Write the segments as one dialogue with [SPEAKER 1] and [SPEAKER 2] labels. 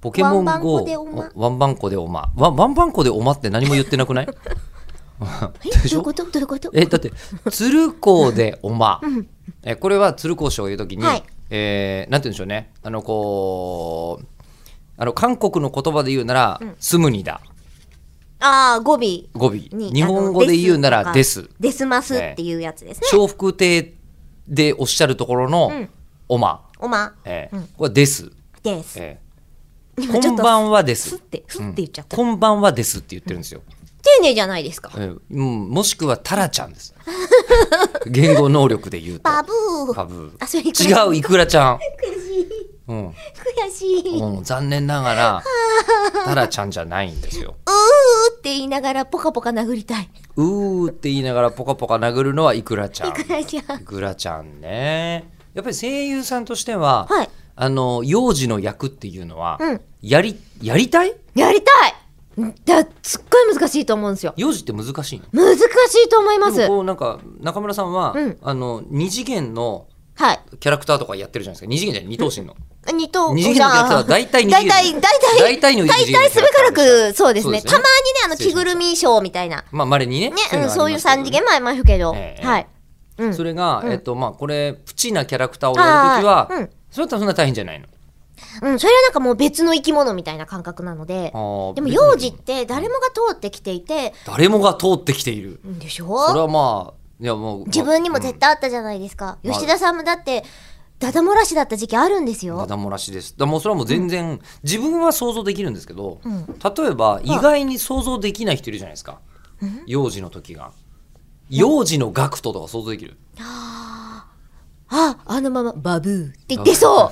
[SPEAKER 1] ポケモン GO
[SPEAKER 2] ワンバンコでおま
[SPEAKER 1] おワンバンコでおまワンワンバンコでおまって何も言ってなくない
[SPEAKER 2] え
[SPEAKER 1] でし
[SPEAKER 2] どうい
[SPEAKER 1] ょ
[SPEAKER 2] うことどういうこと
[SPEAKER 1] えだって鶴光でお ま、えこれは鶴光師匠が言うときに、
[SPEAKER 2] はい
[SPEAKER 1] えーなんて言うんでしょうねあのこうあの韓国の言葉で言うなら、スムニだ
[SPEAKER 2] ああ語尾に
[SPEAKER 1] 語尾日
[SPEAKER 2] あ
[SPEAKER 1] 本
[SPEAKER 2] の
[SPEAKER 1] 語で言うならで
[SPEAKER 2] と
[SPEAKER 1] す
[SPEAKER 2] かですますっていうやつですね
[SPEAKER 1] 笑福亭でおっしゃるところの、
[SPEAKER 2] ん
[SPEAKER 1] おま、
[SPEAKER 2] おま
[SPEAKER 1] えーこれはです、
[SPEAKER 2] です
[SPEAKER 1] えー
[SPEAKER 2] 今ち
[SPEAKER 1] こ
[SPEAKER 2] ょ
[SPEAKER 1] ん
[SPEAKER 2] っと
[SPEAKER 1] ばんはですす
[SPEAKER 2] ってすって言っちゃった
[SPEAKER 1] こんばんはですって言ってるんですよ、
[SPEAKER 2] 丁寧じゃないですか
[SPEAKER 1] えーうん、もしくはタラちゃんです言語能力で言うと
[SPEAKER 2] バブー
[SPEAKER 1] パブ
[SPEAKER 2] あそれいく
[SPEAKER 1] 違
[SPEAKER 2] ら
[SPEAKER 1] うイクラちゃん、
[SPEAKER 2] 悔しい
[SPEAKER 1] うん、
[SPEAKER 2] 悔しい、うー
[SPEAKER 1] うん残念ながらタラちゃんじゃないんですよ
[SPEAKER 2] って言いながらポカポカ殴りたいう
[SPEAKER 1] ーって言いながらポカポカ殴るのはイクラちゃん
[SPEAKER 2] 悔しい
[SPEAKER 1] イクラちゃんねやっぱり声優さんとしては、
[SPEAKER 2] はい
[SPEAKER 1] あの幼児の役っていうのは、
[SPEAKER 2] うん
[SPEAKER 1] やりやりたい
[SPEAKER 2] やりたいだすっごい難しいと思うんですよ
[SPEAKER 1] 幼児って難しいの
[SPEAKER 2] 難しいと思いま
[SPEAKER 1] ですもこうなんか中村さんは、
[SPEAKER 2] うん
[SPEAKER 1] あの二次元の
[SPEAKER 2] はい
[SPEAKER 1] キャラクターとかやってるじゃないですか二次元じゃない二等身の、
[SPEAKER 2] 二等
[SPEAKER 1] 二次元のキャラクターは大体二次
[SPEAKER 2] 大
[SPEAKER 1] 元
[SPEAKER 2] 体大体
[SPEAKER 1] 大体の二
[SPEAKER 2] 大
[SPEAKER 1] 次元の
[SPEAKER 2] 体
[SPEAKER 1] キ
[SPEAKER 2] す
[SPEAKER 1] ャラ
[SPEAKER 2] べ
[SPEAKER 1] クタ
[SPEAKER 2] か
[SPEAKER 1] ー
[SPEAKER 2] らくそうです
[SPEAKER 1] そ
[SPEAKER 2] ね
[SPEAKER 1] うですね
[SPEAKER 2] たまにねあの着ぐるみショーみたいな
[SPEAKER 1] まあまれにね
[SPEAKER 2] ね、うん、そういう
[SPEAKER 1] 三
[SPEAKER 2] 三次元もありますけど、
[SPEAKER 1] ええ
[SPEAKER 2] はい、うん、
[SPEAKER 1] それが、えっとまあこれプチなキャラクターをやるとき
[SPEAKER 2] あ
[SPEAKER 1] は、
[SPEAKER 2] ーうん
[SPEAKER 1] それだったらそんな大変じゃないの
[SPEAKER 2] うん、それはなんかもう別の生き物みたいな感覚なので
[SPEAKER 1] あー
[SPEAKER 2] でも幼児って誰もが通ってきていて
[SPEAKER 1] 誰もが通ってきている
[SPEAKER 2] でし
[SPEAKER 1] それ
[SPEAKER 2] ょ
[SPEAKER 1] はまあいやもう
[SPEAKER 2] 自分にも
[SPEAKER 1] 対
[SPEAKER 2] 絶対あったじゃないですか、
[SPEAKER 1] うん
[SPEAKER 2] 吉田さんもだってダダ漏らしだった時期あるんですよ、
[SPEAKER 1] まだ漏らしですだからもうそれはもう全然、自分は想像できるんですけど、
[SPEAKER 2] うん
[SPEAKER 1] 例えば意外に想像できない人いるじゃないですか、幼児の時が幼児の学徒とか想像できる、
[SPEAKER 2] ああのままバブーって言ってそ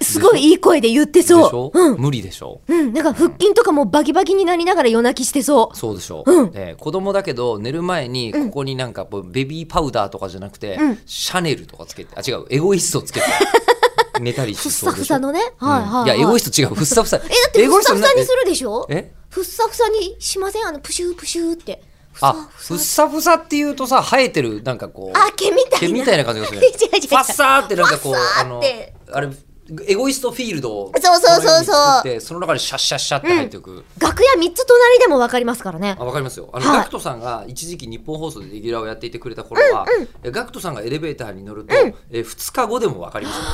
[SPEAKER 2] うすごいいい声で言って
[SPEAKER 1] でし
[SPEAKER 2] そ
[SPEAKER 1] ょ、
[SPEAKER 2] ううん
[SPEAKER 1] 無理でしょ
[SPEAKER 2] うん、なんか腹筋とかもバキバキになりながら夜泣きしてそう
[SPEAKER 1] そうでしょ
[SPEAKER 2] うん
[SPEAKER 1] えー子供だけど寝る前にここになんかこうベビーパウダーとかじゃなくて、
[SPEAKER 2] うん
[SPEAKER 1] シャネルとかつけてあ違うエゴイストつ けて寝たりし
[SPEAKER 2] ふっ
[SPEAKER 1] そ
[SPEAKER 2] さ
[SPEAKER 1] うで
[SPEAKER 2] ふ
[SPEAKER 1] しょ
[SPEAKER 2] さのね、
[SPEAKER 1] うん
[SPEAKER 2] はいはい、はい、
[SPEAKER 1] やエゴイスト違うふっさふさえだ
[SPEAKER 2] え、だってふっさふさにするでしょ
[SPEAKER 1] え
[SPEAKER 2] ふっさふさにしませんあの、プシュープシューって。ふさ
[SPEAKER 1] あふっさふさっていうとさ生えてるなんかこう
[SPEAKER 2] あ毛みたいな
[SPEAKER 1] 毛みたいな感じがする
[SPEAKER 2] 違う 違う違う
[SPEAKER 1] ファッサーってなんかこう
[SPEAKER 2] ファッ
[SPEAKER 1] あ
[SPEAKER 2] サーっ
[SPEAKER 1] の
[SPEAKER 2] て
[SPEAKER 1] あれエゴイストフィールドを
[SPEAKER 2] そうそうそうそ
[SPEAKER 1] このよ
[SPEAKER 2] う
[SPEAKER 1] に作ってその中にシャッシャッシャッって入っていく、
[SPEAKER 2] 楽屋3つ隣でも分かりますからね。
[SPEAKER 1] あわかりますよあの、
[SPEAKER 2] はい
[SPEAKER 1] ガクトさんが一時期日本放送でレギュラーをやっていてくれた頃は、えガクトさんがエレベーターに乗ると、え2日後でもわかりますよね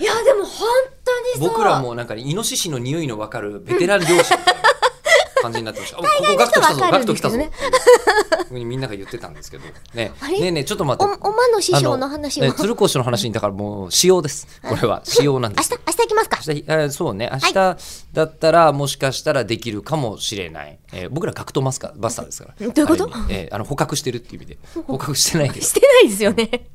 [SPEAKER 2] いや、でも本当にそう。
[SPEAKER 1] 僕らもなんかイノシシの匂いのわかるベテラン漁師みたいな感じになってました。あここガクト来たぞ、
[SPEAKER 2] わ
[SPEAKER 1] ガク
[SPEAKER 2] かるん
[SPEAKER 1] ト
[SPEAKER 2] で
[SPEAKER 1] 来
[SPEAKER 2] す
[SPEAKER 1] た
[SPEAKER 2] よ
[SPEAKER 1] ぞ。
[SPEAKER 2] ね
[SPEAKER 1] ふうにみんなが言ってたんですけど、ね、
[SPEAKER 2] あ
[SPEAKER 1] ね
[SPEAKER 2] れ
[SPEAKER 1] えねえちょっと待って。
[SPEAKER 2] お、おまの師匠の話を。
[SPEAKER 1] あ
[SPEAKER 2] 明
[SPEAKER 1] ね鶴光師匠の話にだからもう仕様です。これは仕様なんで
[SPEAKER 2] 日、
[SPEAKER 1] す
[SPEAKER 2] 明。日行きますか。
[SPEAKER 1] 明日えーそうね明日だったらもしかしたらできるかもしれない、えー僕ら格闘マスカバスターですから
[SPEAKER 2] どういうこと
[SPEAKER 1] ある意味えーあの捕獲してるっていう意味で捕獲してないけど
[SPEAKER 2] してないですよね。